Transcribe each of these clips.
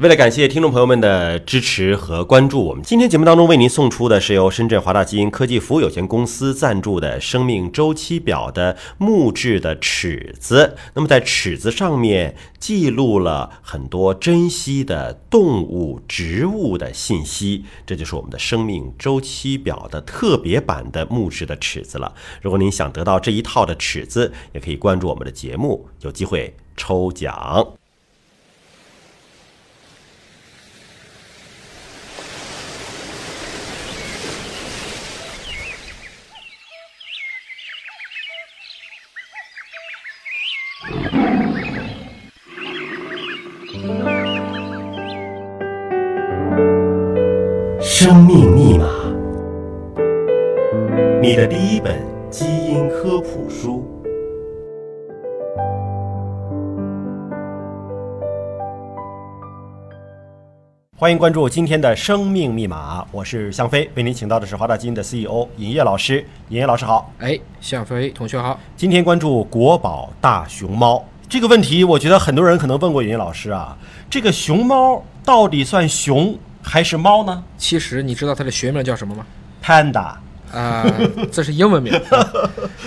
为了感谢听众朋友们的支持和关注，我们今天节目当中为您送出的是由深圳华大基因科技服务有限公司赞助的生命周期表的木质的尺子。那么在尺子上面记录了很多珍稀的动物、植物的信息，这就是我们的生命周期表的特别版的木质的尺子了。如果您想得到这一套的尺子，也可以关注我们的节目，有机会抽奖。生命密码，你的第一本基因科普书。欢迎关注今天的《生命密码》，我是向飞，为您请到的是华大基因的 CEO 尹烨老师。尹烨老师好，哎，向飞同学好。今天关注国宝大熊猫这个问题，我觉得很多人可能问过尹烨老师啊，这个熊猫到底算熊还是猫呢其实你知道它的学名叫什么吗？ ？Panda 啊、这是英 文名，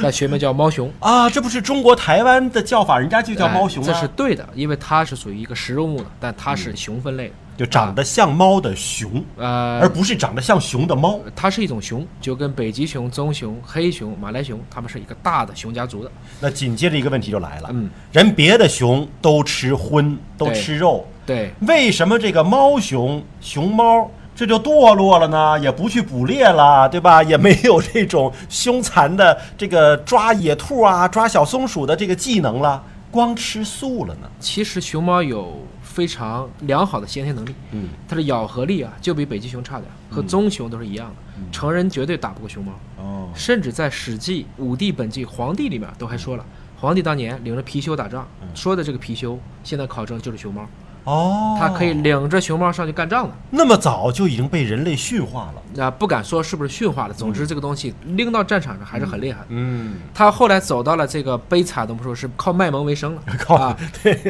那学名叫猫熊。啊，这不是中国台湾的叫法，人家就叫猫熊哎啊，这是对的，因为它是属于一个食肉目的，但它是熊分类的。就长得像猫的熊，而呃，不是长得像熊的猫。它是一种熊，就跟北极熊、棕熊、黑熊、马来熊，它们是一个大的熊家族的。那紧接着一个问题就来了，嗯，人别的熊都吃荤，都对吃肉，对，为什么这个猫熊熊猫这就堕落了呢？也不去捕猎了，对吧？也没有这种凶残的这个抓野兔啊、抓小松鼠的这个技能了，光吃素了呢？其实熊猫有非常良好的先天能力，嗯，它的咬合力啊就比北极熊差点儿，和棕熊都是一样的，嗯成人绝对打不过熊猫。哦，甚至在《史记·武帝本纪·黄帝》里面都还说了，黄帝当年领着貔貅打仗，嗯说的这个貔貅，现在考证就是熊猫，哦，它可以领着熊猫上去干仗的。那么早就已经被人类驯化了。啊，不敢说是不是驯化的，总之这个东西拎到战场上还是很厉害的。嗯，它后来走到了这个悲惨的，我们说是靠卖萌为生了 靠啊，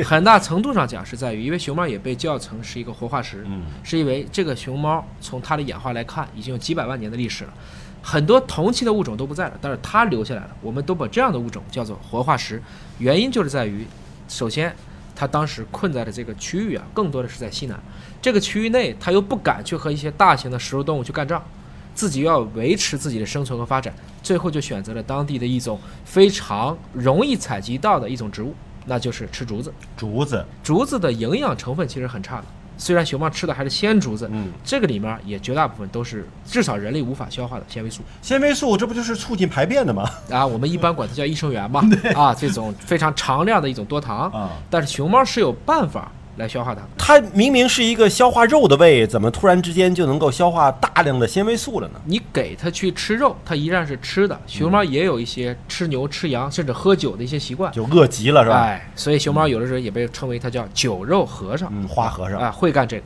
很大程度上讲是在于，因为熊猫也被叫成是一个活化石，嗯是因为这个熊猫从它的演化来看，已经有几百万年的历史了，很多同期的物种都不在了，但是它留下来了，我们都把这样的物种叫做活化石，原因就是在于，首先。它当时困在的这个区域啊，更多的是在西南这个区域内，它又不敢去和一些大型的食肉动物去干仗，自己要维持自己的生存和发展，最后就选择了当地的一种非常容易采集到的一种植物，那就是吃竹子。竹子，竹子的营养成分其实很差的，虽然熊猫吃的还是鲜竹子，嗯，这个里面也绝大部分都是至少人类无法消化的纤维素纤维素，这不就是促进排便的吗？啊，我们一般管它叫益生 元嘛，啊，这种非常常量的一种多糖，啊但是熊猫是有办法来消化它的。它明明是一个消化肉的胃，怎么突然之间就能够消化大量的纤维素了呢？你给它去吃肉，它依然是吃的。熊猫嗯也有一些吃牛、吃羊，甚至喝酒的一些习惯。就饿极了是吧？哎，所以熊猫有的时候也被称为它叫酒肉和尚，嗯，花和尚，啊，会干这个。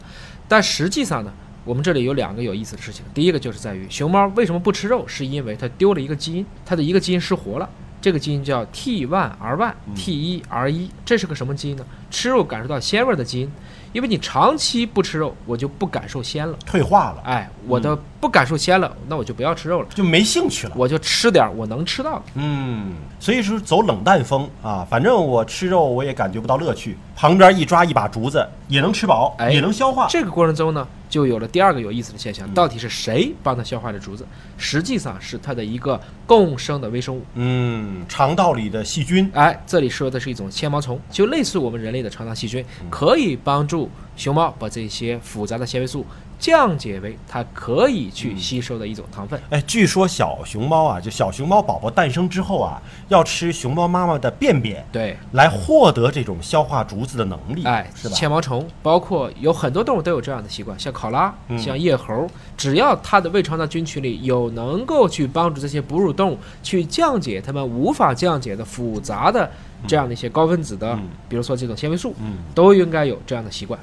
但实际上呢，我们这里有两个有意思的事情。第一个就是在于熊猫为什么不吃肉，是因为它丢了一个基因，它的一个基因失活了。这个基因叫嗯 T1R1，T 一 R 一，这是个什么基因呢？吃肉感受到鲜味的基因，因为你长期不吃肉，我就不感受鲜了。退化了，哎，我嗯的不感受鲜了，那我就不要吃肉了，就没兴趣了。我就吃点儿我能吃到的。嗯，所以说走冷淡风啊，反正我吃肉我也感觉不到乐趣，旁边一抓一把竹子也能吃饱，哎也能消化。这个过程中呢，就有了第二个有意思的现象，到底是谁帮它消化的竹子？实际上是它的一个共生的微生物。嗯，肠道里的细菌，哎，这里说的是一种纤毛虫，就类似我们人类的肠道细菌，可以帮助熊猫把这些复杂的纤维素降解为它可以去吸收的一种糖分。哎，据说小熊猫啊，就小熊猫宝宝诞生之后啊，要吃熊猫妈妈的便便，对，来获得这种消化竹子的能力，哎，是吧？纤毛虫包括有很多动物都有这样的习惯，像考拉、嗯像夜猴，只要它的胃肠道菌群里有能够去帮助这些哺乳动物去降解它们无法降解的复杂的嗯这样的一些高分子的，比如说这种纤维素，都应该有这样的习惯。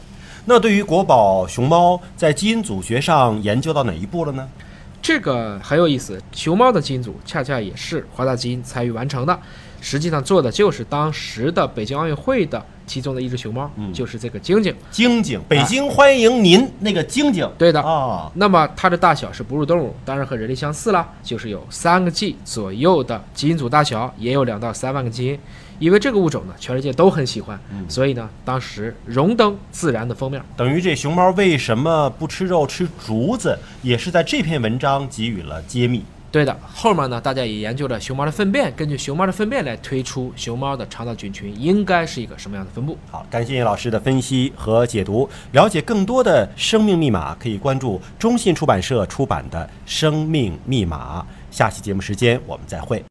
那对于国宝熊猫在基因组学上研究到哪一步了呢？这个很有意思，熊猫的基因组恰恰也是华大基因参与完成的。实际上做的就是当时的北京奥运会的其中的一只熊猫，嗯就是这个晶晶。晶晶，北京欢迎您，那个晶晶，哎对的啊，那么它的大小是哺乳动物，当然和人类相似啦，就是有三个 G 左右的基因组大小，也有两到三万个基因。因为这个物种呢，全世界都很喜欢，所以呢，当时荣登《自然》的封面。等于这熊猫为什么不吃肉吃竹子，也是在这篇文章给予了揭秘。对的，后面呢，大家也研究了熊猫的粪便，根据熊猫的粪便来推出熊猫的肠道菌群应该是一个什么样的分布。好，感谢叶老师的分析和解读。了解更多的生命密码，可以关注中信出版社出版的《生命密码》。下期节目时间我们再会。